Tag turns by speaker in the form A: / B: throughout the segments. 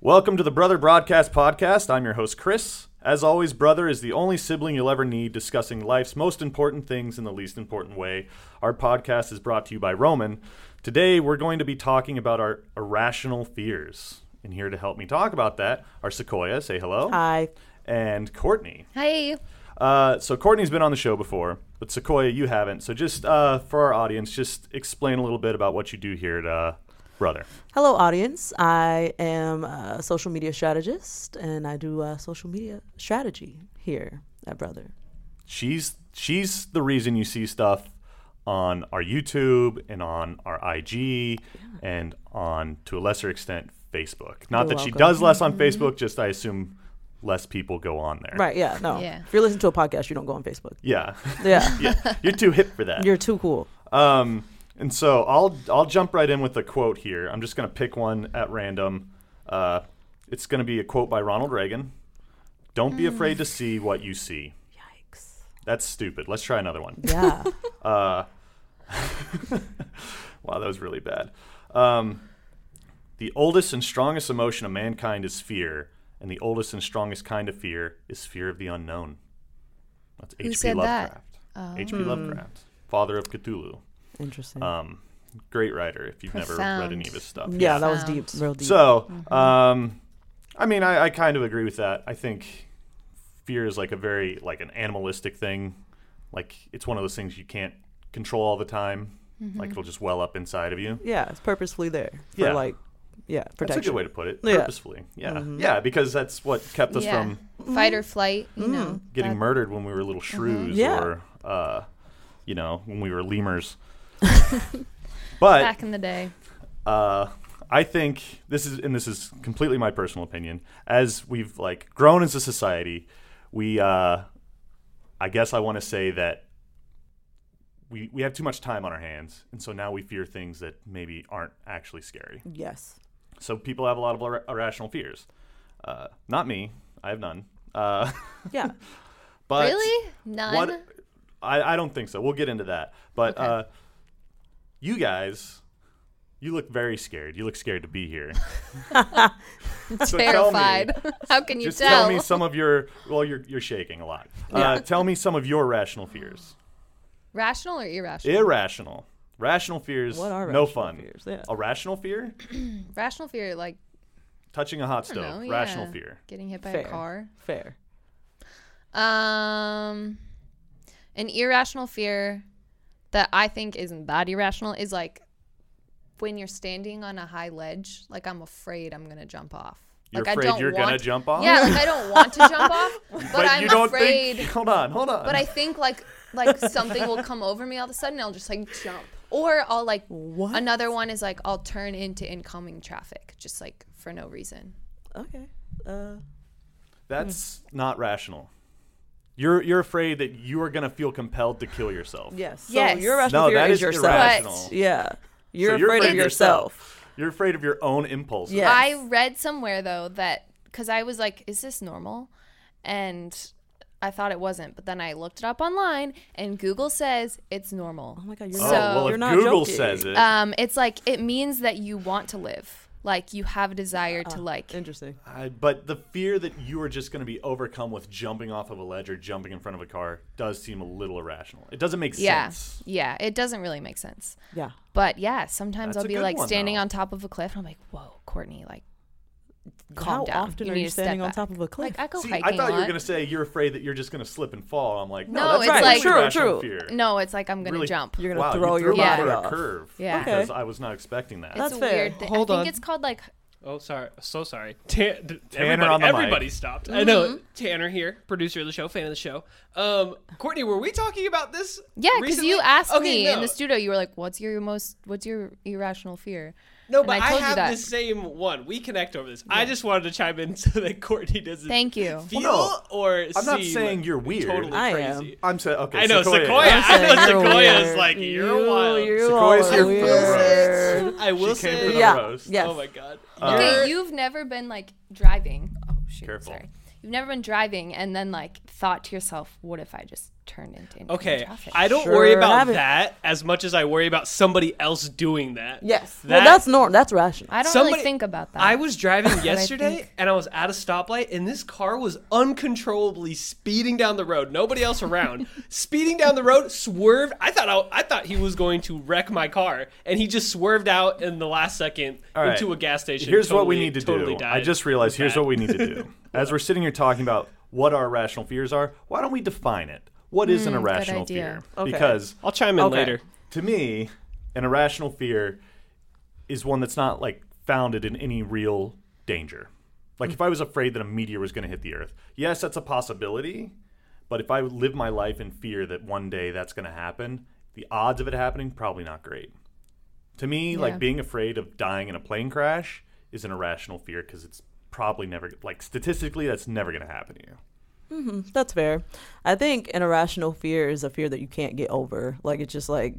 A: Welcome to the Brother Broadcast Podcast. I'm your host, Chris. As always, brother is the only sibling you'll ever need discussing life's most important things in the least important way. Our podcast is brought to you by Roman. Today, we're going to be talking about our irrational fears. And here to help me talk about that are Sequoia, say hello,
B: Hi.
A: and Courtney.
C: Hey.
A: Uh, so Courtney's been on the show before, but Sequoia, you haven't. So just uh, for our audience, just explain a little bit about what you do here at uh, Brother.
B: Hello, audience. I am a social media strategist and I do uh, social media strategy here at Brother.
A: She's she's the reason you see stuff on our YouTube and on our IG and on to a lesser extent Facebook. Not
B: You're
A: that she
B: welcome.
A: does less on Facebook, just I assume less people go on there.
B: Right. Yeah. No.
C: Yeah.
B: If you're listening to a podcast, you don't go on Facebook.
A: Yeah.
B: Yeah.
A: yeah. You're too hip for that.
B: You're too cool.
A: Um, and so I'll I'll jump right in with a quote here. I'm just gonna pick one at random. Uh, it's gonna be a quote by Ronald Reagan. Don't be afraid to see what you see.
B: Yikes.
A: That's stupid. Let's try another one.
B: Yeah.
A: Uh, wow, that was really bad. Um, the oldest and strongest emotion of mankind is fear, and the oldest and strongest kind of fear is fear of the unknown. That's
C: Who
A: H.P.
C: said that? Oh.
A: Lovecraft. H.P. Lovecraft, father of Cthulhu.
B: Interesting.
A: Um, great writer. If you've never read
C: Profound.
A: any of his stuff,
B: yeah, that was
C: Sound.
B: deep. Real deep.
A: So,
C: Mm-hmm.
A: um, I mean, I, I kind of agree with that. I think fear is like a very like an animalistic thing. Like it's one of those things you can't control all the time.
C: Mm-hmm.
A: Like it'll just well up inside of you.
B: yeah, it's purposefully there for
A: Yeah.
B: like, yeah, protection.
A: That's a good way to put it.
B: Yeah. Mm-hmm.
A: Purposefully, yeah, yeah, because that's what kept us
C: yeah.
A: from
C: Fight or flight, you know.
A: getting
C: that- Mm-hmm.
A: murdered when we were little shrews
B: Yeah.
A: or, uh, you know, when we were lemurs. but
C: back in the day.
A: uh, I think this is, and this is completely my personal opinion. As we've like grown as a society, we, uh, I guess, I want to say that we we have too much time on our hands, and so now we fear things that maybe aren't actually scary.
B: Yes.
A: So people have a lot of ir- irrational fears. Uh, not me. I have none. Uh,
B: Yeah.
A: but
C: really? None?
A: What, I, I don't think so. We'll get into that. But
C: Okay.
A: uh, you guys, you look very scared. You look scared to be here. So tell me-
C: Terrified. How can you
A: just
C: tell?
A: tell me some of your. Well, you're you're shaking a lot. Uh, tell me some of your rational fears.
C: Rational or irrational?
A: Irrational. Rational fears.
B: What are
A: no
B: rational
A: fun. Oh.
B: fears? Yeah.
A: A rational fear?
C: Rational fear, like
A: Touching a hot
C: I don't
A: stove.
C: know,
A: rational
C: yeah.
A: fear.
C: getting hit by
B: Fair.
C: a car.
B: Fair.
C: Um, an irrational fear that I think isn't that irrational is like when you're standing on a high ledge, like I'm afraid I'm gonna jump off.
A: You're
C: like
A: afraid
C: I don't
A: you're
C: want
A: gonna jump off.
C: Yeah, like I don't want to jump off, but,
A: But
C: I'm
A: you don't
C: afraid.
A: think. Hold on. Hold on.
C: But I think like like something will come over me all of a sudden. I'll just like jump, or I'll like
B: What?
C: another one is like I'll turn into incoming traffic just like for no reason.
B: Okay. Uh,
A: That's not rational. You're you're afraid that you are gonna feel compelled to kill yourself.
B: yes. So
C: Yes.
B: your rational
A: No,
B: fear
A: that
B: is
A: is
B: yourself.
A: irrational.
B: Yeah. You're,
A: So you're
B: afraid, of yourself.
A: You're afraid of your own impulses.
B: Yeah. Yes.
C: I read somewhere though that because I was like, is this normal? And I thought it wasn't, but then I looked it up online, and Google says it's normal.
B: Oh my god, you're
A: Oh
C: So-
B: not,
A: well,
B: you're
A: if
B: not
A: Google
B: joking.
A: says it,
C: Um, it's like it means that you want to live, like you have a desire
B: Ah,
C: to like.
B: Interesting.
A: I, but the fear that you are just going to be overcome with jumping off of a ledge or jumping in front of a car does seem a little irrational. It doesn't make
C: Yeah,
A: sense.
C: yeah, it doesn't really make sense.
B: Yeah.
C: But yeah, sometimes
A: That's a
C: I'll be
A: good
C: like
A: one,
C: standing
A: though.
C: on top of a cliff, and I'm like, "Whoa, Courtney, like, calm
B: How
C: down.
B: often
C: you
B: are
C: need
B: you
C: to step
B: standing on
C: back."
B: top of a cliff?
C: Like, I go
A: See,
C: hiking.
A: I thought you
C: a
A: were
C: lot.
A: going to say you're afraid that you're just going to slip and fall. I'm like, no,
C: No,
A: that's
C: it's
A: not
C: like-
A: a
C: True,
A: rational
B: true.
A: fear.
C: No, it's like I'm gonna
A: Really-
C: jump.
B: You're gonna
A: wow,
B: throw
A: you
B: your
A: threw me
C: body
A: for
B: off.
A: a curve.
C: Yeah.
A: because
B: Okay.
A: I was not expecting that.
B: That's
C: it's a
B: fair.
C: weird thing.
D: Hold
C: I think
D: on.
C: it's called like
D: Oh, sorry. So sorry. Tan- d- everybody,
A: on the mic.
D: everybody stopped. I
C: Mm-hmm.
D: know. Tanner here, producer of the show, fan of the show. Um, Courtney, were we talking about this?
C: yeah, because you
D: recently?
C: asked
D: Okay,
C: me in
D: no.
C: the studio. You were like, "What's your most? What's your irrational fear?"
D: No,
C: and
D: but
C: I
D: I,
C: told you
D: have
C: that.
D: the same one. We connect over this. I just wanted to chime in so that Courtney doesn't
C: Thank you.
D: feel
A: Well,
D: or
A: I'm not
D: seem
A: saying you're weird.
D: Totally
B: I am.
D: crazy.
A: I'm saying, okay,
D: I know Sequoia. I know
B: You're
D: Sequoia's
B: weird.
D: like you're
B: You-
D: wild.
B: you
A: Sequoia's
B: are
A: here for
B: weird.
A: the
D: I will
A: She
D: say,
A: came for the Uh,
B: Yeah.
A: roast.
B: Yes.
D: oh my god.
C: Okay,
D: You're-
C: you've never been like driving. Oh shoot,
A: Careful.
C: sorry. You've never been driving and then like thought to yourself, "What if I just turned into Indian
D: Okay,
C: trafficking.
D: I don't worry
B: Sure
D: about
B: haven't.
D: that as much as I worry about somebody else doing that.
B: Yes.
D: That-
B: well, that's normal. That's rational.
C: I don't
D: Somebody-
C: really think about that.
D: I was driving yesterday
C: think-
D: and I was at a stoplight and this car was uncontrollably speeding down the road. Nobody else around. speeding down the road, swerved. I thought I, I thought he was going to wreck my car and he just swerved out in the last second
A: All right.
D: into a gas station.
A: Here's what we
D: Totally-
A: need to
D: totally
A: do. I
D: died.
A: just realized
D: It
A: here's
D: was bad.
A: what we need to do. As we're sitting here talking about what our irrational fears are, why don't we define it? What is an irrational fear?
C: idea.
B: Okay.
A: Because
D: I'll chime in
B: Okay.
D: later.
A: to me, an irrational fear is one that's not like founded in any real danger. Like if I was afraid that a meteor was going to hit the earth, yes, that's a possibility. But if I would live my life in fear that one day that's going to happen, the odds of it happening probably not great. To me,
C: Yeah.
A: like being afraid of dying in a plane crash is an irrational fear because it's probably never like statistically that's never going to happen to you.
B: That's fair. I think an irrational fear is a fear that you can't get over. Like it's just like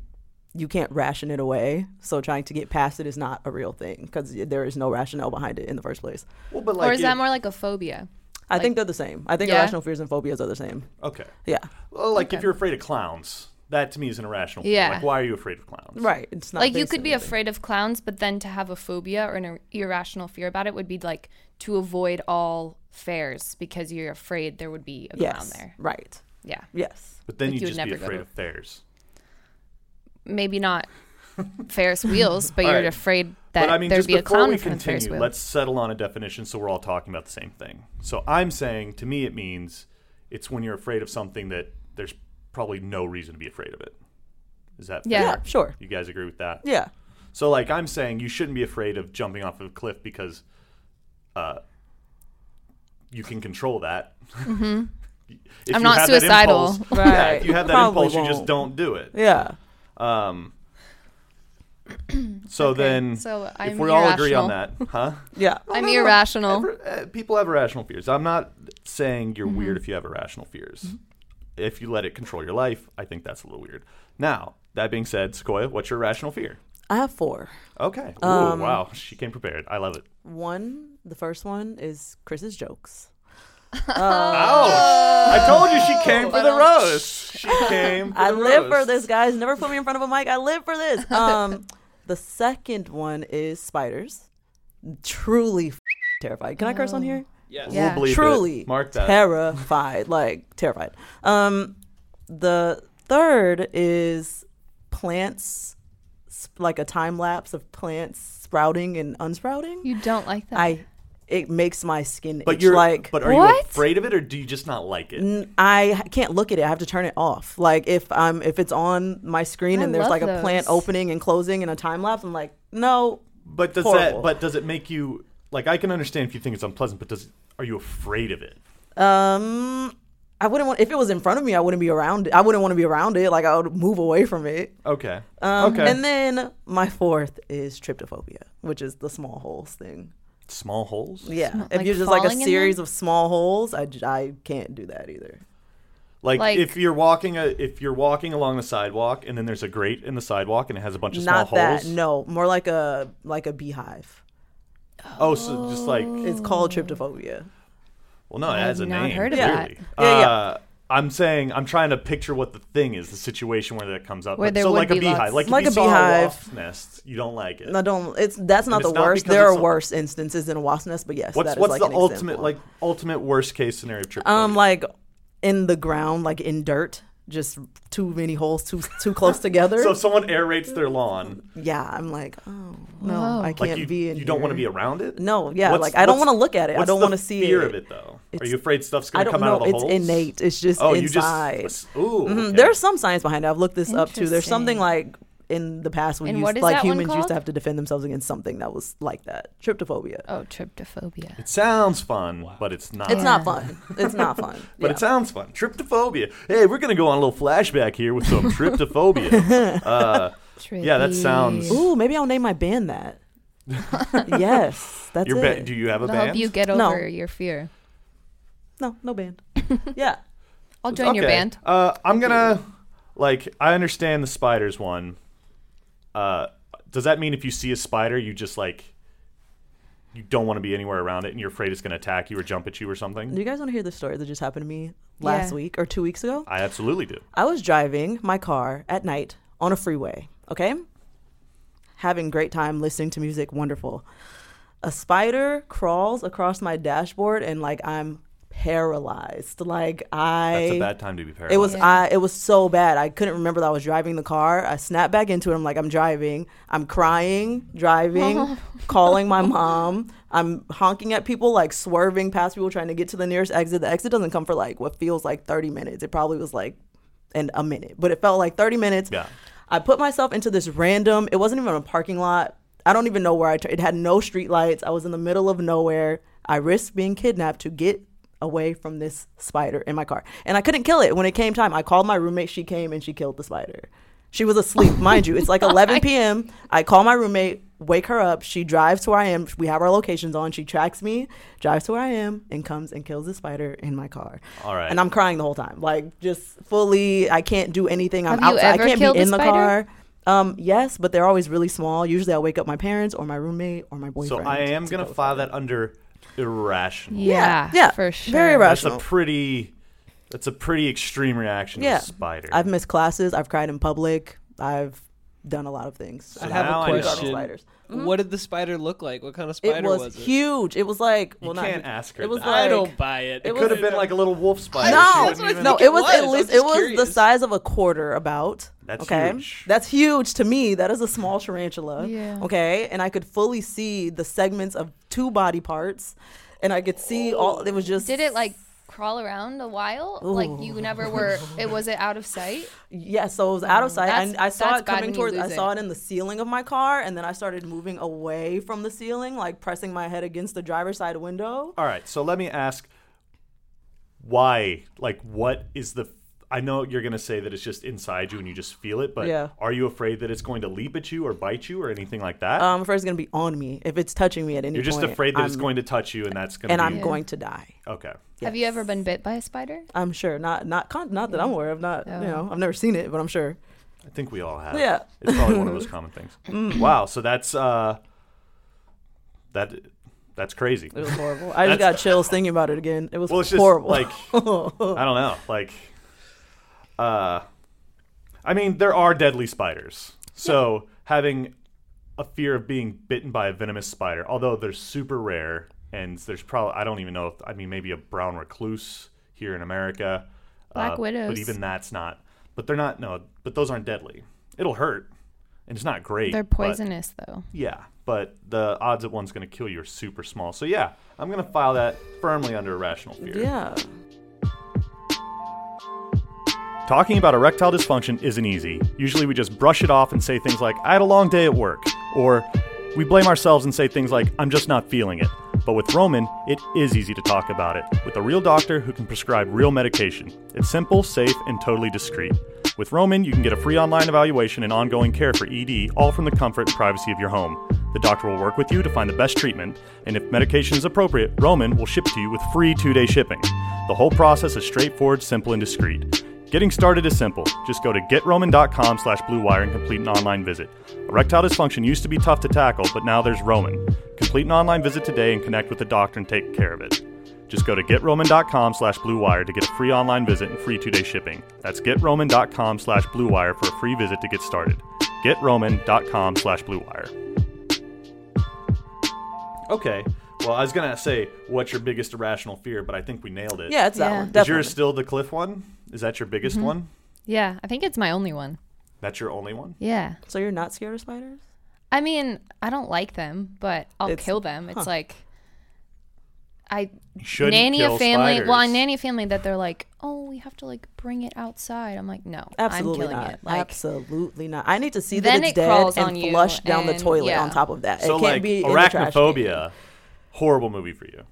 B: you can't ration it away. So trying to get past it is not a real thing because there is no rationale behind it in the first place.
A: Well, but like
C: or is
A: it-
C: that more like a phobia?
B: I think they're the same. I think
C: Yeah.
B: irrational fears and phobias are the same.
A: okay?
B: Yeah.
A: Well, like if you're afraid of clowns, that to me is an irrational fear.
C: Yeah.
A: Like why are you afraid of clowns?
B: Right. It's not
C: like you
B: based
C: could
B: in
C: be
B: anything.
C: afraid of clowns, but then to have a phobia or an ir- irrational fear about it would be like to avoid all fairs because you're afraid there would be a clown
B: Yes.
C: there.
B: Right.
C: Yeah,
B: Yes.
A: But then
C: Like,
A: you
C: you
A: just
C: would
A: be
C: never go
A: afraid
C: to-
A: of theirs.
C: maybe not Ferris wheels, but you're
A: Alright.
C: afraid that
A: but I mean,
C: there'd
A: just
C: be a
A: before
C: clown
A: we
C: in front of Ferris
A: continue,
C: wheel.
A: let's settle on a definition so we're all talking about the same thing. So I'm saying, to me, it means it's when you're afraid of something that there's probably no reason to be afraid of it. Is that fair?
C: Yeah.
B: Yeah. Sure.
A: You guys agree with that?
B: Yeah.
A: So, like, I'm saying you shouldn't be afraid of jumping off of a cliff because uh, you can control that. If
C: Mm-hmm. I'm
A: you
C: not
A: have that
C: suicidal.
A: impulse- Yeah, if
B: Right.
A: you have that
B: Probably
A: impulse, you just don't
B: won't.
A: do it.
B: Yeah.
A: Um, so then,
C: so
A: if
C: I'm
A: we all agree on that,
C: irrational.
A: huh?
B: Yeah.
C: I'm
A: no, no, no.
C: irrational.
A: Ever- uh, people have irrational fears. I'm not saying you're
B: Mm-hmm.
A: weird if you have irrational fears. If you let it control your life, I think that's a little weird. Now, that being said, Sequoia, what's your irrational fear?
B: I have four.
A: Okay. Ooh,
B: Um,
A: wow. She came prepared. I love it.
B: One, the first one is Chris's jokes. uh,
A: Ouch. I told you she came for the roast. She came for
B: I
A: the
B: live for
A: roast.
B: this, guys. Never put me in front of a mic. I live for this. Um, the second one is spiders. Truly f- terrified. Can I curse on here?
D: Yes.
C: Yeah.
A: We'll bleep it.
B: Truly
A: Mark that.
B: terrified. Like terrified. Um, the third is plants, sp- like a time lapse of plants sprouting and unsprouting.
C: you don't like that.
B: I, it makes my skin.
A: but
B: itch,
A: you're
B: like,
A: but are you
C: What?
A: afraid of it or do you just not like it?
B: N- I h- can't look at it. I have to turn it off. Like if I'm if it's on my screen
C: I
B: and there's
C: love
B: like a plant
C: those.
B: opening and closing and a time lapse, I'm like, no.
A: But does that
B: Horrible.
A: but does it make you like I can understand if you think it's unpleasant, but does are you afraid of it?
B: Um, I wouldn't want if it was in front of me. I wouldn't be around it. I wouldn't want to be around it. Like I would move away from it.
A: Okay.
B: Um,
A: okay.
B: And then my fourth is tryptophobia, which is the small holes thing.
A: Small holes?
B: Yeah,
C: Small-
B: if
C: like
B: you're just like a
C: falling in them?
B: series of small holes, I, j- I can't do that either.
A: Like,
C: Like-
A: if you're walking a if you're walking along the sidewalk and then there's a grate in the sidewalk and it has a bunch of
B: Not
A: small
B: that.
A: holes.
B: No, more like a like a beehive.
A: Oh, so just like well,
B: It's called
C: Mm.
B: tryptophobia.
A: no, it
C: I've
A: has a
C: not
A: name.
C: heard of
A: clearly.
B: that. Yeah, yeah.
A: Uh, I'm saying I'm trying to picture what the thing is, the situation where that comes up.
C: Where
A: But-
C: there
A: so
C: would
A: like a
C: be
A: beehive,
C: lots.
A: like, if
B: Like
A: you
B: a
A: saw
B: beehive.
A: wasp nest, you don't like it.
B: No, don't. It's that's not
A: it's
B: the
A: not
B: worst.
A: because
B: There
A: it's
B: are
A: a-
B: worse instances than a wasp nest, but yes,
A: what's
B: that is
A: what's
B: like
A: the
B: an
A: ultimate
B: example.
A: like ultimate worst case scenario of triple?
B: um like in the ground, like in dirt, just too many holes too too close together.
A: so if someone aerates their lawn,
B: yeah, I'm like, oh no,
C: Whoa.
B: I
A: like
B: can't
A: you,
B: be in.
A: you don't want to be
B: here.
A: around it.
B: No, yeah,
A: What's-
B: like I don't
A: what's-
B: want to look at it. I
A: what's
B: don't
A: the
B: want to see
A: fear
B: it.
A: of it though. Are
B: It's-
A: you afraid stuff's
B: I
A: going to
B: don't
A: come
B: know.
A: out of the
B: it's
A: holes?
B: innate. It's just
A: Oh,
B: inside.
A: you just ooh.
B: Mhm.
A: okay.
B: There's some science behind it. I've looked this up too. There's something
C: Interesting.
B: like in the past we
C: And
B: used
C: what is
B: like
C: that one
B: humans used
C: called?
B: to have to defend themselves against something that was like that. Tryptophobia.
C: oh, tryptophobia.
A: It sounds fun, but it's not.
B: It's not
C: Yeah.
B: fun. It's not fun.
A: But it sounds fun. Tryptophobia. Hey, we're gonna go on a little flashback here with some tryptophobia. Uh, yeah, that sounds.
B: Ooh, maybe I'll name my band that. yes, that's
A: Your ba-
B: it.
A: do you have a
C: It'll
A: band?
C: help you get over
B: No.
C: your fear.
B: no, no band. yeah.
C: I'll join your
A: Okay.
C: band.
A: Uh, I'm gonna like. I understand the spiders one. Uh, does that mean if you see a spider, you just like you don't want to be anywhere around it and you're afraid it's going to attack you or jump at you or something?
B: Do you guys want to hear the story that just happened to me last
C: Yeah.
B: week or two weeks ago?
A: I absolutely do.
B: I was driving my car at night on a freeway, okay? Having great time listening to music, wonderful. A spider crawls across my dashboard and like I'm paralyzed. Like I
A: That's a bad time to be paralyzed.
B: it was
C: Yeah.
B: I it was so bad. I couldn't remember that I was driving the car. I snapped back into it. I'm like, I'm driving. I'm crying, driving, calling my mom. I'm honking at people, like swerving past people trying to get to the nearest exit. The exit doesn't come for like what feels like 30 minutes. It probably was like and a minute, but it felt like 30 minutes.
A: Yeah.
B: I put myself into this random, it wasn't even a parking lot. I don't even know where I turned. It had no street lights. I was in the middle of nowhere. I risked being kidnapped to get away from this spider in my car. And I couldn't kill it when it came time. I called my roommate. She came and she killed the spider. She was asleep, mind you. It's like 11 p.m. I call my roommate, wake her up. She drives to where I am. We have our locations on. She tracks me, drives to where I am, and comes and kills the spider in my car.
A: All right.
B: And I'm crying the whole time. Like, just fully, I can't do anything. I'm
C: Have you
B: outside.
C: ever
B: I can't
C: killed
B: be
C: a
B: in the
C: spider?
B: car. Um, yes, but they're always really small. Usually I wake up my parents or my roommate or my
A: so
B: boyfriend.
A: I am going to file that under irrational.
C: Yeah,
B: yeah,
C: for sure.
B: Very
A: That's
B: irrational.
A: a pretty that's a pretty extreme reaction to
B: Yeah.
A: a spider.
B: I've missed classes. I've cried in public. I've done a lot of things.
D: I have
A: now
D: a
A: I know.
D: question.
B: Spiders.
D: What did the spider look like? What kind of
B: Mm-hmm. It
D: spider
B: was,
D: was it?
B: huge. It was like
A: You
B: well,
A: can't
B: not,
A: ask her
B: It was
A: that.
B: like
D: I don't buy it.
B: it
A: it could have been like a little wolf spider. She
B: no,
A: wouldn't
D: what I
A: even-
D: think
B: no.
D: it
B: It was
D: was.
B: at
D: I'm
B: least
D: just
B: it was the
D: curious.
B: size of a quarter about.
A: That's
B: okay,
A: huge.
B: that's huge to me. That is a small tarantula.
C: Yeah.
B: Okay, and I could fully see the segments of two body parts, and I could see all. It was just
C: Did it like crawl around a while? Like you never were. It was it out of sight?
B: Yeah, so it was out of sight.
C: That's-
B: I, I saw
C: that's
B: it
C: bad
B: coming
C: when you
B: towards. I
C: lose
B: saw it
C: it.
B: in the ceiling of my car, and then I started moving away from the ceiling, like pressing my head against the driver's side window.
A: All right, so let me ask why? Like what is the I know you're going to say that it's just inside you and you just feel it, but
B: Yeah.
A: are you afraid that it's going to leap at you or bite you or anything like that?
B: Um, first, it's gonna be on me if it's touching me at any.
A: you're just
B: point,
A: afraid that it's
B: I'm-
A: going to touch you and that's going to
B: and
A: be
B: I'm
C: Yeah.
B: going to die.
A: Okay.
C: Have you ever been bit by a spider?
B: I'm sure not not con- not that I'm aware of. Not you know I've never seen it, but I'm sure.
A: I think we all have.
B: Yeah. Mm.
A: It's probably one of those common things. wow, so that's uh that that's crazy.
B: It was horrible. I just got chills thinking about it again. It was
A: Well, it's just
B: horrible.
A: like I don't know, like uh I mean, there are deadly spiders. So, having a fear of being bitten by a venomous spider, although they're super rare and there's probably I don't even know if I mean maybe a brown recluse here in America. uh,
C: Black
A: But
C: widows.
A: even that's not. But they're not no, but those aren't deadly. It'll hurt. And it's not great.
C: They're
A: but-
C: poisonous though.
A: yeah, but the odds that one's going to kill you are super small. So yeah, I'm going to file that firmly under irrational fear.
B: yeah.
A: Talking about erectile dysfunction isn't easy. Usually we just brush it off and say things like, I had a long day at work. Or we blame ourselves and say things like, I'm just not feeling it. But with Roman, it is easy to talk about it with a real doctor who can prescribe real medication. It's simple, safe, and totally discreet. With Roman, you can get a free online evaluation and ongoing care for ED, all from the comfort and privacy of your home. The doctor will work with you to find the best treatment, and if medication is appropriate, Roman will ship to you with free two day shipping. The whole process is straightforward, simple, and discreet. Getting started is simple. Just go to getroman.com slash blue wire and complete an online visit. Erectile dysfunction used to be tough to tackle, but now there's Roman. Complete an online visit today and connect with a doctor and take care of it. Just go to getroman.com slash blue wire to get a free online visit and free two-day shipping. That's getroman.com slash blue wire for a free visit to get started. Getroman.com slash blue wire. Okay. Well, I was going to say, what's your biggest irrational fear? But I think we nailed it.
B: Yeah, it's that
C: Yeah.
B: one.
C: Is
A: Is
B: Definitely.
A: yours still the cliff one? Is that your biggest
C: Mm-hmm.
A: one?
C: Yeah, I think it's my only one.
A: That's your only one?
C: Yeah.
B: so you're not scared of spiders?
C: I mean, I don't like them, but I'll
B: It's-
C: kill them. It's like I
A: shouldn't
C: nanny
A: kill
C: a family. Well, I
A: spiders.
C: nanny a family that they're like, oh, we have to like bring it outside. I'm like, no,
B: Absolutely
C: I'm killing
B: not.
C: it. Like,
B: Absolutely not. I need to see that
C: Then
B: it's
C: it
B: dead
C: crawls on
B: and
C: you
B: flushed down the
C: and-
B: toilet.
C: yeah.
B: On top of that,
A: so
B: it can't
A: like
B: be in the trash can.
A: arachnophobia, horrible movie for you.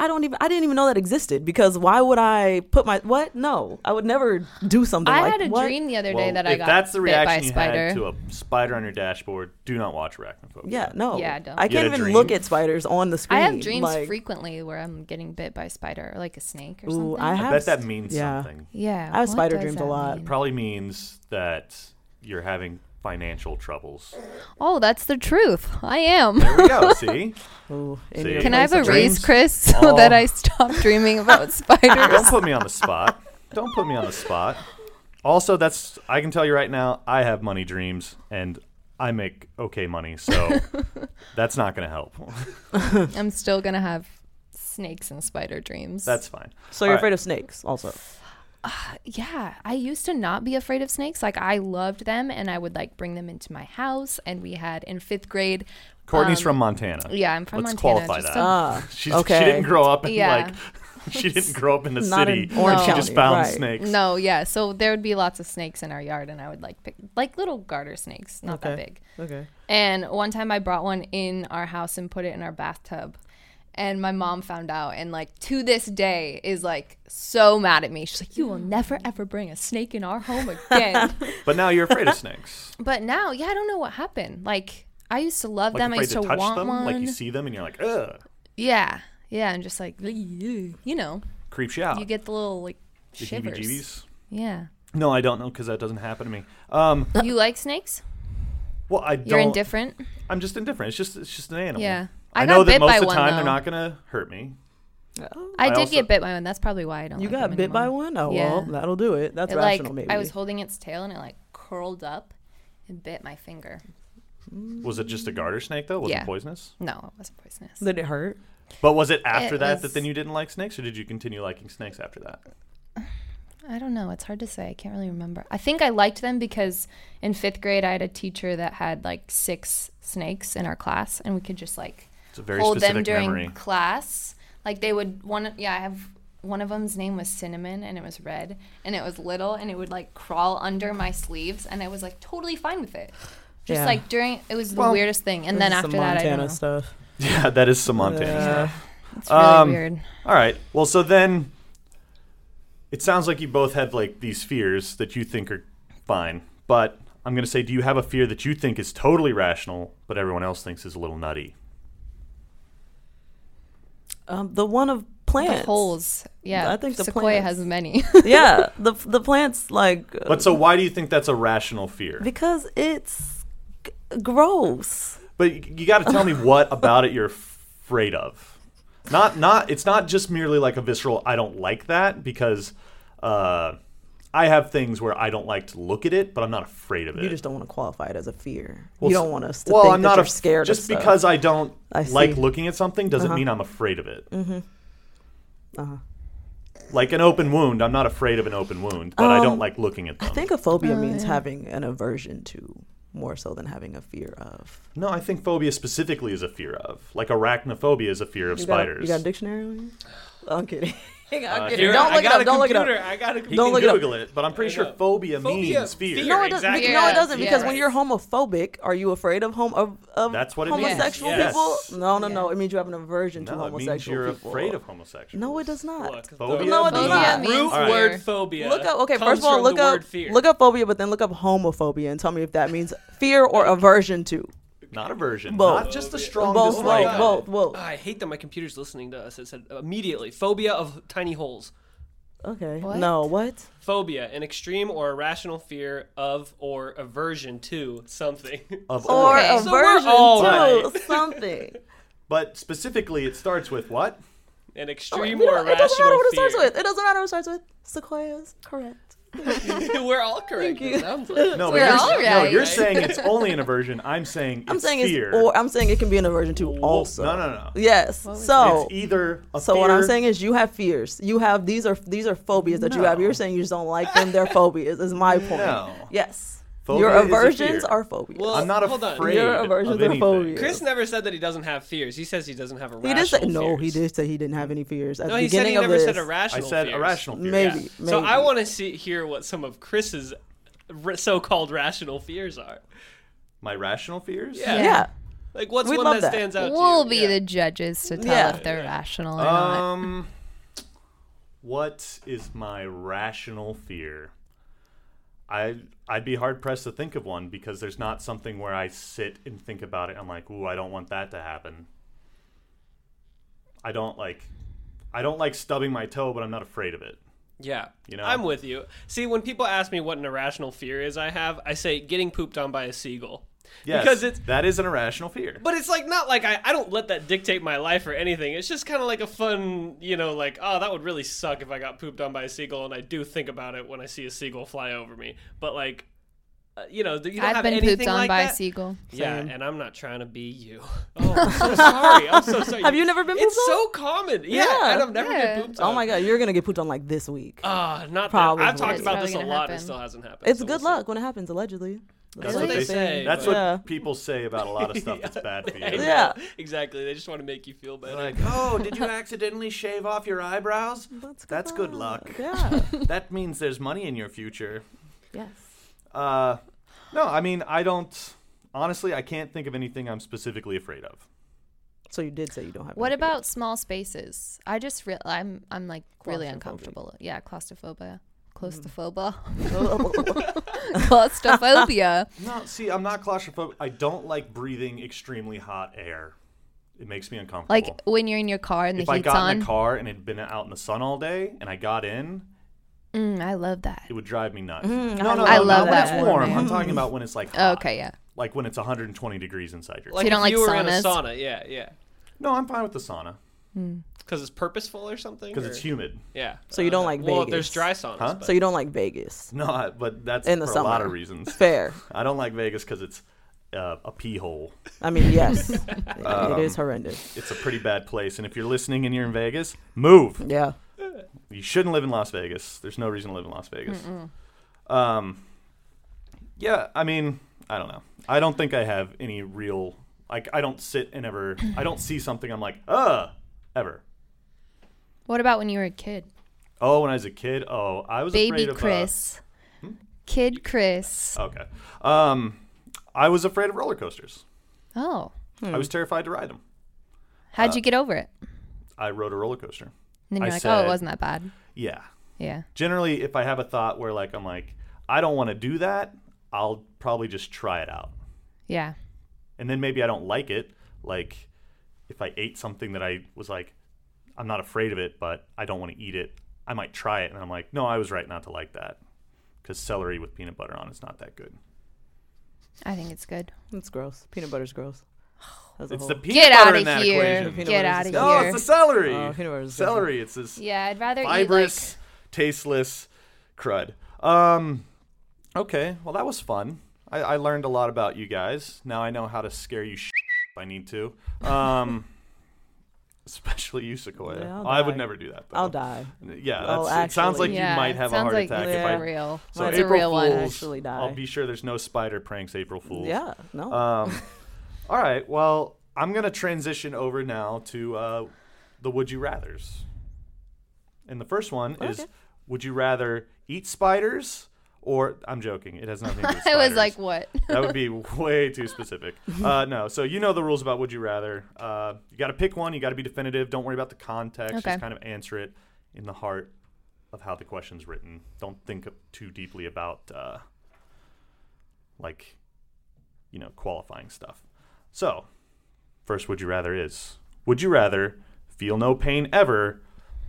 B: I don't even. I didn't even know that existed because why would I put my what? No, I would never do something
C: I
B: like
C: had a
B: what?
C: dream the other
A: Well,
C: day that
A: if
C: I got
A: that's the
C: bit by
A: reaction
C: a
A: you
C: spider.
A: had to a spider on your dashboard, do not watch arachnophobia.
B: Yeah, no.
C: Yeah, I don't.
B: I
C: You
A: had
B: can't
A: a
B: even
A: dream?
B: look at spiders on the screen.
C: I have dreams
B: like,
C: frequently where I'm getting bit by a spider or like a snake or
B: Ooh,
C: something.
B: I, have
A: I bet that means
B: yeah.
A: something.
C: yeah,
B: I have
C: what
B: spider
C: does
B: dreams a
C: that
B: lot.
C: mean?
A: Probably means that you're having financial troubles.
C: Oh, that's the truth. I am.
A: There we go. See,
B: Ooh, in
A: See?
B: your
C: Can I have
B: place
C: a
B: of
C: raise,
A: dreams.
C: Chris, so that
A: Oh.
C: I stop dreaming about spiders?
A: don't put me on the spot. Don't put me on the spot. Also, that's I can tell you right now, I have money dreams and I make okay money, so that's not going to help.
C: I'm still gonna have snakes and spider dreams. Uh,
A: That's fine.
B: So you're
A: All right.
B: afraid of snakes, also.
C: yeah. I used to not be afraid of snakes. Like I loved them, and I would like bring them into my house. And we had in fifth grade.
A: Courtney's
C: um,
A: from Montana.
C: yeah, I'm from
A: Let's
C: Montana,
A: qualify
C: just
A: that.
C: a-
B: Ah,
A: She's,
B: okay.
A: She didn't grow up in
C: Yeah.
A: like she didn't grow up in the
B: Not
A: city.
B: in Orange
C: No.
A: She
B: County,
A: just found
B: right.
A: snakes.
C: No, yeah. So there would be lots of snakes in our yard, and I would like pick like little garter snakes, not that
B: Okay.
C: big.
B: Okay.
C: And one time I brought one in our house and put it in our bathtub. And my mom found out and like to this day is like so mad at me. She's like, You will never ever bring a snake in our home again.
A: But now you're afraid of snakes.
C: but now, yeah, I don't know what happened. Like I used to love
A: Like
C: them. I
A: afraid
C: used to,
A: to touch
C: want
A: them.
C: one.
A: Like you see them and you're like, ugh,
C: yeah. Yeah. And just like you know,
A: creeps you out.
C: you get the little like
A: Ah. the
C: shivers.
A: heebie-jeebies.
C: Yeah.
A: No, I don't know because that doesn't happen to me. Um,
C: You like snakes?
A: well, I don't.
C: You're indifferent?
A: I'm just indifferent. It's just it's just an animal.
C: Yeah.
A: I,
C: I
A: know
C: got
A: that
C: bit
A: most
C: by
A: of the
C: one,
A: time
C: though.
A: they're not gonna hurt me.
C: I,
A: I
C: did
A: also-
C: get bit by one. That's probably why I don't
B: You
C: like them
B: got bit by
C: anymore.
B: one? Oh,
C: Yeah.
B: well, that'll do it. That's
C: It
B: rational,
C: like
B: maybe.
C: I was holding its tail and it like curled up and bit my finger.
A: Was it just a garter snake though? Was
C: Yeah.
A: it poisonous?
C: No, it wasn't poisonous.
B: Did it hurt?
A: But was it after
C: It
A: that that
C: was-
A: then you didn't like snakes, or did you continue liking snakes after that?
C: I don't know. It's hard to say. I can't really remember. I think I liked them because in fifth grade I had a teacher that had like six snakes in our class, and we could just like
A: It's a very
C: hold them
A: specific
C: during
A: memory.
C: class. Like they would one. Yeah, I have one of them's name was Cinnamon, and it was red, and it was little, and it would like crawl under my sleeves, and I was like totally fine with it. Just
B: Yeah.
C: like during, it was the
A: Well,
C: weirdest thing. And then
B: This is
C: after
B: some
C: that, I
B: Montana
C: don't know.
B: stuff.
A: Yeah, that is some Montana.
B: Yeah.
C: It's really
A: Um,
C: weird.
A: All right. Well, so then it sounds like you both have like these fears that you think are fine, but I'm gonna say, do you have a fear that you think is totally rational, but everyone else thinks is a little nutty?
B: Um, the one of plants.
C: The holes. Yeah.
B: I think the
C: Sequoia
B: plants.
C: has many.
B: yeah, the the plants like uh,
A: But so why do you think that's a rational fear?
B: because it's g- gross.
A: But y- you got to tell me what about it you're afraid of. Not not it's not just merely like a visceral I don't like that because uh, I have things where I don't like to look at it, but I'm not afraid of it.
B: You just don't want to qualify it as a fear.
A: Well,
B: you
A: s-
B: don't want us to
A: well,
B: think
A: I'm
B: that
A: not
B: you're
A: af-
B: scared.
A: Just
B: of stuff.
A: because I don't
B: I
A: like
B: see.
A: looking at something doesn't
B: Uh-huh. Mm-hmm.
A: mean I'm afraid of it.
B: Uh-huh.
A: Like an open wound, I'm not afraid of an open wound, but I don't like looking at them.
B: Um, I think a
C: Oh,
B: phobia means having an aversion to more so than having a fear of.
A: no, I think phobia specifically is a fear of. Like arachnophobia is a fear of
B: You got a-
A: spiders.
B: you got a dictionary? on you? I'm kidding. I'm kidding.
A: here-
B: don't
D: I
B: look it
D: got
B: up.
D: Uh, a
B: Don't look it
D: computer,
B: up.
D: I got
A: he
D: a computer.
B: don't
A: can
B: look it up.
A: Google it, but I'm pretty
D: I
A: sure
D: know.
A: phobia,
D: Phobia,
A: means fear.
D: fear.
B: No, it doesn't.
D: Exactly.
B: No, it
C: Yeah,
B: doesn't. Because
C: yeah.
B: when you're homophobic, are you afraid of home of, of
A: That's what it means.
B: homosexual
A: Yes.
B: people? No, no, no.
C: Yeah.
B: It means you have an aversion to
A: No, it means
B: homosexual
A: you're
B: people.
A: afraid of homosexuals.
B: No, it does not.
D: Look,
A: Phobia
D: the
B: No, it does
D: root
B: not.
C: means
A: All right.
C: fear.
D: word phobia.
B: Look up. Okay,
D: comes
B: first of all,
D: from
B: look
D: the
B: up.
D: word fear.
B: Look up phobia, but then look up homophobia and tell me if that means fear or aversion to.
A: Not aversion.
B: Both.
A: Not just a
D: Phobia.
A: strong
B: both, both,
A: dislike. of
B: both,
A: it.
B: both.
D: I hate that my computer's listening to us. It said immediately phobia of tiny holes.
B: Okay.
C: What?
B: No. What?
D: Phobia, an extreme or irrational fear of or aversion to something.
A: Of
B: Or
A: all.
C: Okay.
B: aversion
D: So we're all
B: to
D: right.
B: something.
A: But specifically, it starts with what?
D: an
B: Oh, wait,
D: extreme
B: we
D: or
B: don't- it doesn't matter
D: irrational
B: what it starts
D: fear.
B: with. It doesn't matter what it starts with. Sequoias. Correct.
D: We're all correct.
B: you.
D: it sounds like.
A: No,
C: We're
A: but you're,
C: all
A: no,
C: right.
A: you're saying it's only an aversion. I'm saying it's
B: I'm saying
A: fear.
B: it's or I'm saying it can be an aversion to
A: Well,
B: also.
A: No, no, no.
B: Yes. So
A: it's either a
B: so
A: fear.
B: what I'm saying is you have fears. You have these are these are phobias that you have.
A: No.
B: You're saying you just don't like them. They're phobias. Is my point.
A: No.
B: Yes.
A: Phobia
B: Your
A: is a
B: aversions
A: fear.
B: are phobias.
D: Well,
A: I'm not
D: Hold on.
A: afraid
B: Your aversions
A: of
B: are
A: anything.
B: phobias.
D: Chris never said that he doesn't have fears. He says he doesn't have irrational
B: he did say
D: fears.
B: no. He did say he didn't have any fears at
D: No,
B: the
D: he said
B: beginning
D: he
B: of
D: never
B: this.
D: said irrational.
A: I said
D: fears.
A: irrational fear.
B: Maybe.
D: So I
B: maybe.
D: want to see hear what some of Chris's r- so-called rational fears are.
A: My rational fears?
D: Yeah.
B: yeah.
D: Like what's
B: We'd
D: one
B: love
D: that,
B: that.
D: stands out? to you?
C: We'll be
D: Yeah.
C: the judges to tell
B: Yeah.
C: if they're rational or not.
A: Um, what is my rational fear? I I'd be hard pressed to think of one because there's not something where I sit and think about it. I'm like, ooh, I don't want that to happen. I don't like, I don't like stubbing my toe, but I'm not afraid of it.
D: Yeah.
A: You know?
D: I'm with you. See, when people ask me what an irrational fear is I have, I say getting pooped on by a seagull.
A: Yes,
D: Because it's
A: that is an irrational fear.
D: but it's like not like I, I don't let that dictate my life or anything. It's just kind of like a fun, you know, like oh that would really suck if I got pooped on by a seagull, and I do think about it when I see a seagull fly over me. But like, uh, you know, you don't
C: I've
D: have
C: been
D: anything
C: pooped on
D: like
C: by
D: that.
C: a seagull.
D: Yeah,
B: Same.
D: and I'm not trying to be you. Oh, I'm so sorry. I'm so sorry.
B: Have you never been
D: It's
B: pooped on?
D: so common. Yeah,
B: Yeah.
D: and I've never
C: Yeah.
D: been pooped on.
B: Oh my god, you're gonna get pooped on like this week.
D: Ah, not
B: Probably.
D: that. I've talked
B: It's
D: about
C: probably
D: this a
C: gonna
D: lot. It
C: happen.
D: still hasn't happened.
B: it's
D: so
B: good
D: we'll see.
B: luck when it happens allegedly.
A: That's
D: what they say,
A: That's
D: but-
A: what
B: yeah.
A: people say about a lot of stuff that's bad for you.
B: Yeah.
D: Exactly. They just want to make you feel better.
A: Like, oh, did you accidentally shave off your eyebrows?
B: That's good
A: That's good luck.
B: Yeah.
A: That means there's money in your future.
C: Yes.
A: Uh, no, I mean, I don't. Honestly, I can't think of anything I'm specifically afraid of.
B: so you did say you don't have.
C: What
B: any fear.
C: about small spaces? I just real I'm I'm like really
B: Claustrophobic.
C: uncomfortable. Yeah, claustrophobia.
A: Mm-hmm.
C: Claustrophobia. claustrophobia.
A: No, see, I'm not claustrophobic. I don't like breathing extremely hot air. It makes me uncomfortable.
C: Like when you're in your car and the
A: if I
C: heat's
A: got
C: on.
A: in a car and had been out in the sun all day, and I got in,
C: Mm, I love that.
A: it would drive me nuts.
B: Mm,
A: no, no,
C: Mm-hmm. I
A: no,
C: love
A: not
C: that. Mm-hmm.
A: when it's warm. I'm talking about when it's like hot.
C: Okay, yeah.
A: Like when it's 120 degrees inside your.
D: Like
C: you don't
D: if
C: like
D: you were in a
C: saunas?
D: sauna, yeah, yeah.
A: no, I'm fine with the sauna
D: Because it's purposeful or something.
A: because
D: or-
A: it's humid.
D: Yeah.
B: So you don't like
D: well,
B: Vegas.
D: there's dry saunas.
A: Huh?
D: But
B: So you don't like Vegas?
A: No, I- but that's
B: In the
A: for a lot
B: summer.
A: of reasons.
B: Fair.
A: I don't like Vegas because it's uh, a pee hole.
B: I mean, yes, it
A: Um,
B: is horrendous.
A: It's a pretty bad place. And if you're listening and you're in Vegas, move.
B: Yeah.
A: You shouldn't live in Las Vegas. There's no reason to live in Las Vegas. Um, yeah, I mean, I don't know. I don't think I have any real like. I don't sit and ever. I don't see something. I'm like, uh, ever.
C: What about when you were a kid?
A: Oh, when I was a kid. Oh, I was
C: Baby
A: afraid of uh, hmm?
C: Chris. Kid Chris.
A: okay. Um, I was afraid of roller coasters.
C: Oh.
A: I was terrified to ride them.
C: How'd you get over it?
A: I rode a roller coaster.
C: And then
A: Uh, I
C: you're like, oh,
A: said-
C: it wasn't that bad.
A: Yeah.
C: Yeah.
A: Generally, if I have a thought where like I'm like, I don't want to do that, I'll probably just try it out.
C: Yeah.
A: and then maybe I don't like it. Like if I ate something that I was like, I'm not afraid of it, but I don't want to eat it. I might try it, and I'm like, no, I was right not to like that because celery with peanut butter on is not that good.
C: I think it's good.
B: It's gross. Peanut butter's gross. As a
A: It's
B: whole.
A: the peanut
C: Get
A: butter
C: out
A: in
C: of
A: that
C: here.
A: equation.
B: Peanut
C: Get
B: butter's
C: out of
B: disgusting.
A: No,
C: here.
A: it's the celery.
B: Oh, peanut butter's disgusting.
A: celery. It's this
C: yeah, I'd rather
A: fibrous, tasteless crud. Um, okay, well that was fun. I, I learned a lot about you guys. Now I know how to scare you sh- if I need to. Um, especially you, Sequoia.
B: Yeah, I'll
A: I would
B: die.
A: never do that. Though.
B: I'll die.
A: Yeah,
B: I'll
A: that's, it sounds
B: actually-
A: like
C: eat like.
A: you might have a heart attack
B: it's
A: if I.
B: for
C: real.
A: So
B: Mine's a
A: April
B: real one.
C: Fools.
B: I
A: Fools.
B: actually die.
A: I'll be sure there's no spider pranks. April Fools.
B: Yeah. No.
A: Um, all right. Well, I'm gonna transition over now to uh, the would you rather's, and the first one is
B: Okay.
A: would you rather eat spiders or I'm joking. It has nothing. to do with
C: I
A: spiders.
C: was like, what?
A: that would be way too specific. Uh, no. So you know the rules about would you rather. Uh, you got to pick one. You got to be definitive. Don't worry about the context.
C: Okay.
A: Just kind of answer it in the heart of how the question's written. Don't think too deeply about uh, like you know qualifying stuff. So first, would you rather is would you rather feel no pain ever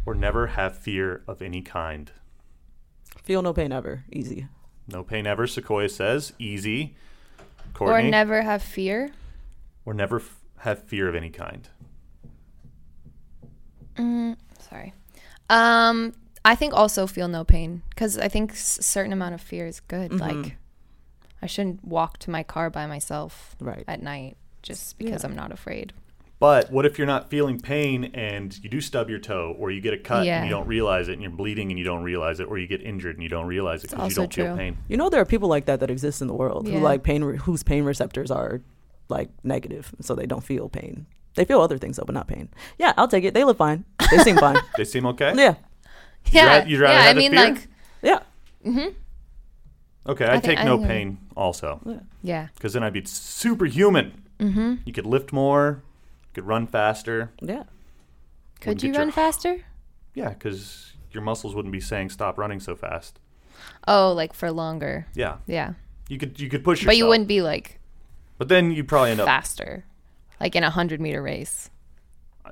A: or never have fear of any kind?
B: Feel no pain ever. Easy.
A: No pain ever, Sequoia says. Easy.
C: or
A: Courtney.
C: never have fear?
A: or never f- have fear of any kind.
C: Mm, sorry. Um, I think also feel no pain because I think s- certain amount of fear is good.
A: Mm-hmm.
C: Like, I shouldn't walk to my car by myself
B: Right.
C: at night just because I'm not afraid.
A: But what if you're not feeling pain and you do stub your toe, or you get a cut
C: Yeah.
A: and you don't realize it, and you're bleeding and you don't realize it, or you get injured and you don't realize it because you
C: also
A: don't feel
C: true.
A: pain?
B: You know there are people like that that exist in the world
C: Yeah.
B: who like pain re- whose pain receptors are like negative, so they don't feel pain. They feel other things though, but not pain. Yeah, I'll take it. They look fine. They seem fine.
A: They seem okay.
B: Yeah,
C: Yeah.
A: ra- you'd rather
C: yeah.
A: have
C: I
A: the
C: mean,
A: fear?
C: like,
B: yeah.
A: Okay, I'd
C: I think-
A: take
C: I
A: no
C: think-
A: pain also
C: yeah.
A: because then I'd be superhuman. Mm-hmm. You could lift more, you could run faster.
B: Yeah.
C: Could
A: get
C: you
A: your-
C: run faster?
A: Yeah, because your muscles wouldn't be saying stop running so fast.
C: Oh, like for longer.
A: Yeah,
C: Yeah.
A: you could you could push yourself,
C: But you wouldn't be like
A: But then you'd probably end up
C: faster, like in a hundred meter race.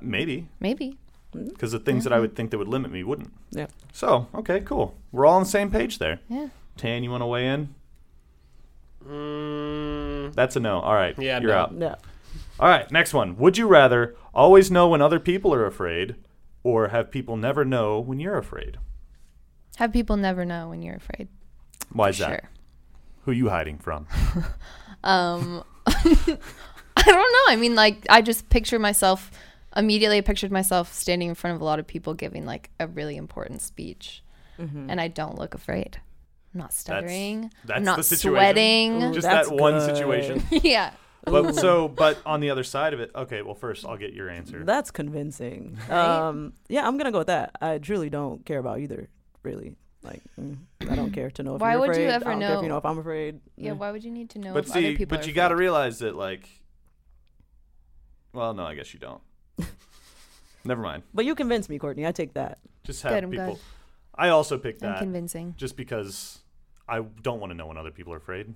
A: maybe
C: Maybe.
A: because the things that
C: Mm-hmm.
A: I would think that would limit me wouldn't.
B: Yeah.
A: So, okay, cool. We're all on the same page there.
C: Yeah.
A: Tan, you want to weigh in?
D: Mm,
A: That's a no. All right.
D: Yeah,
A: You're
D: no.
A: out.
B: No.
A: All right. Next one. Would you rather always know when other people are afraid or have people never know when you're afraid?
C: Have people never know when you're afraid?
A: Why is that?
C: Sure.
A: Who you hiding from?
C: Um, I don't know. I mean, like, I just picture myself immediately. I pictured myself standing in front of a lot of people giving like a really important speech,
B: Mm-hmm.
C: and I don't look afraid. I'm not stuttering.
A: that's
C: I'm not
A: the situation.
C: sweating.
A: Just
B: that's
A: that one
B: good.
A: situation.
C: yeah.
A: But so, but on the other side of it, okay. Well, first I'll get your answer.
B: That's convincing. Um, yeah, I'm gonna go with that. I truly don't care about either. Really, like mm, I don't care to know if
C: Why
B: you're
C: would you
B: afraid.
C: ever
B: I don't care if
C: know?
B: you know if I'm afraid.
C: Yeah.
B: Mm.
C: Why would you need to know?
A: but
C: if
A: see,
C: other people
A: but
C: are
A: you got to
C: afraid?
A: realize that, like, well, no, I guess you don't. Never mind.
B: But you convinced me, Courtney. I take that.
A: Just have
C: Good, I'm
A: people.
C: glad.
A: I also picked
C: I'm
A: that
C: convincing.
A: just because I don't want to know when other people are afraid.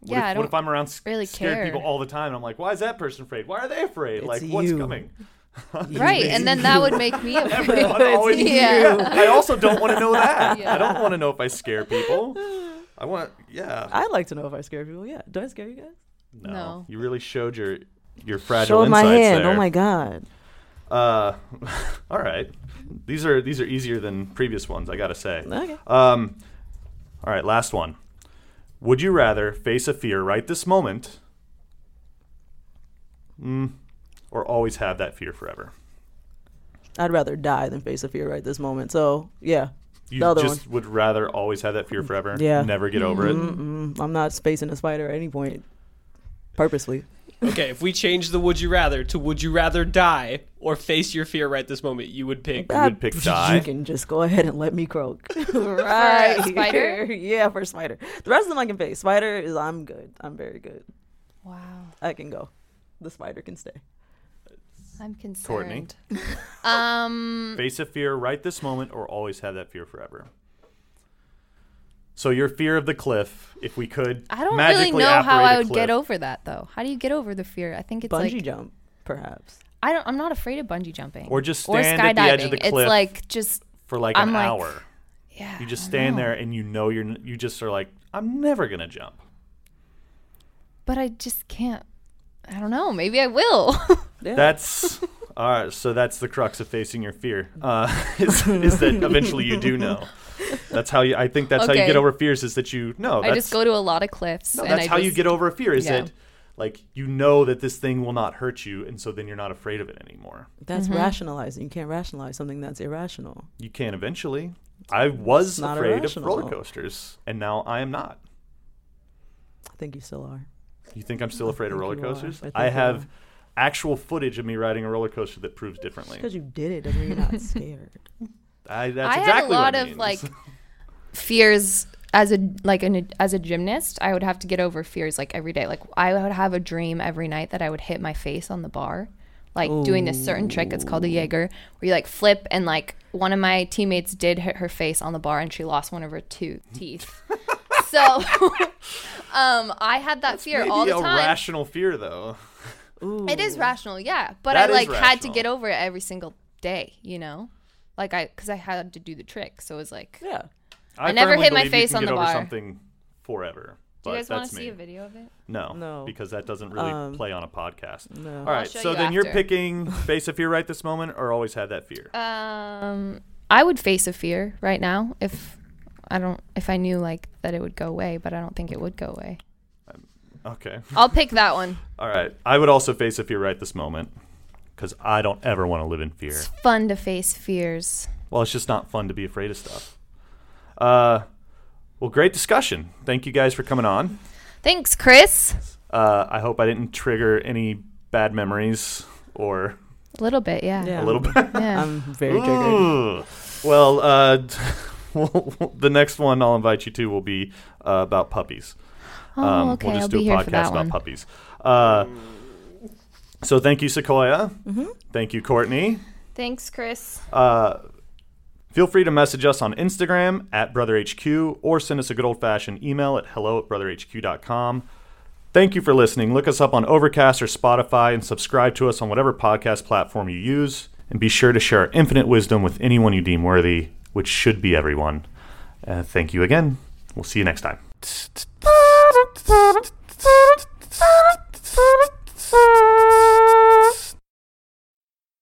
A: What
C: yeah.
A: if,
C: I
A: what
C: don't.
A: if I'm around s-
C: really
A: scared
C: care.
A: people all the time? And I'm like, why is that person afraid? Why are they afraid?
B: It's
A: like, what's
B: you.
A: coming?
C: right. And then that would make me afraid.
A: Everyone always.
C: Yeah.
A: I also don't want to know that.
C: Yeah.
A: I don't want to know if I scare people. I want, yeah.
B: I like to know if I scare people. Yeah. Do I scare you guys?
A: No,
C: No.
A: you really showed your your fragile
B: Showed my
A: insides
B: hand.
A: there.
B: Oh my god.
A: Uh, all right. These are these are easier than previous ones. I gotta say.
B: Okay.
A: Um, all right, last one. Would you rather face a fear right this moment, mm, or always have that fear forever?
B: I'd rather die than face a fear right this moment. So yeah,
A: You
B: The other
A: just would rather always have that fear forever.
B: Yeah.
A: Never get over it.
B: Mm, I'm not spacing a spider at any point, purposely.
D: okay, if we change the would you rather to would you rather die or face your fear right this moment, you would pick.
A: You would pick
B: Ah,
A: die.
B: You can just go ahead and let me croak.
C: a
B: right.
C: spider?
B: yeah, for spider. The rest of them I can face. Spider is I'm good. I'm very good.
C: Wow.
B: I can go. The spider can stay.
C: I'm concerned. um,
A: Face a fear right this moment, or always have that fear forever. So your fear of the cliff, if we could,
C: I don't really
A: magically
C: know how
A: operate a
C: I would
A: cliff,
C: get over that though. How do you get over the fear? I think it's
B: Bungee
C: like
B: jump, perhaps.
C: I don't. I'm not afraid of bungee jumping
A: Or just stand at the edge of the
C: skydiving.
A: cliff.
C: It's like just
A: for like an
C: I'm like,
A: hour.
C: yeah.
A: You just stand there and you know you're n- you just are like I'm never gonna jump.
C: But I just can't. I don't know. Maybe I will.
B: Yeah.
A: That's all right. So that's the crux of facing your fear uh, is, is that eventually you do know. That's how you. I think that's how you
C: Okay.
A: get over fears is that you know.
C: I
A: That's,
C: just go to a lot of cliffs.
A: no,
C: and
A: that's
C: I
A: how you
C: just-
A: get over a fear is
C: Yeah.
A: that like you know that this thing will not hurt you, and so then you're not afraid of it anymore.
B: That's
C: Mm-hmm.
B: rationalizing. You can't rationalize something that's irrational.
A: You can eventually. I was
B: not
A: afraid
B: irrational.
A: of roller coasters, and now I am not.
B: I think you still are.
A: You think I'm still afraid of
B: think
A: roller
B: you are.
A: coasters?
B: I think
A: I,
B: you
A: have
B: are.
A: actual footage of me riding a roller coaster that proves differently.
B: Because you did it doesn't mean you're not scared.
A: I, that's
C: I
A: exactly
C: had a
A: what
C: lot
A: it
C: of
A: means.
C: like fears as a like an, as a gymnast. I would have to get over fears like every day. Like I would have a dream every night that I would hit my face on the bar, like doing this certain trick. It's called a Jaeger, where you like flip and like one of my teammates did hit her face on the bar and she lost one of her two teeth. so, um, I had that fear
A: Maybe
C: all the
A: a
C: time.
A: rational fear though.
C: It is rational, yeah. But
A: That
C: I
A: is
C: like had to
A: rational.
C: get over it every single day, you know? Like I cuz I had to do the trick. So it was like
B: Yeah.
A: I,
C: never
A: firmly
C: hit my
A: believe
C: face
A: you can
C: on
A: get
C: the
A: over
C: bar.
A: Something forever.
C: Do you guys
A: want
C: want to see a video of it?
A: No,
B: No.
A: because that doesn't really
B: Um,
A: play on a podcast.
B: No.
A: All right,
C: show
A: so
C: you
A: then you're
C: after.
A: picking face a fear right this moment, or always have that fear.
C: Um I would face a fear right now if I don't if I knew like that it would go away, but I don't think it would go away.
A: Okay,
C: I'll pick that one.
A: all right. I would also face a fear right this moment because I don't ever want to live in fear.
C: It's fun to face fears.
A: Well, it's just not fun to be afraid of stuff. Uh, well, great discussion. Thank you guys for coming on.
C: Thanks, Chris.
A: Uh, I hope I didn't trigger any bad memories or
C: A little bit, yeah. Yeah.
A: a little bit.
B: I'm very triggered.
A: Ugh. Well, uh, d- well, the next one I'll invite you to will be uh, about puppies. Um,
C: Oh, okay.
A: We'll just
C: I'll
A: do
C: be
A: a
C: here
A: podcast
C: for that
A: about
C: one.
A: puppies. Uh, so thank you, Sequoia.
C: Mm-hmm.
A: Thank you, Courtney.
C: Thanks, Chris.
A: Uh, feel free to message us on Instagram at BrotherHQ or send us a good old fashioned email at hello at brotherhq.com. Thank you for listening. Look us up on Overcast or Spotify and subscribe to us on whatever podcast platform you use. and be sure to share infinite wisdom with anyone you deem worthy, which should be everyone. Uh, thank you again. We'll see you next time.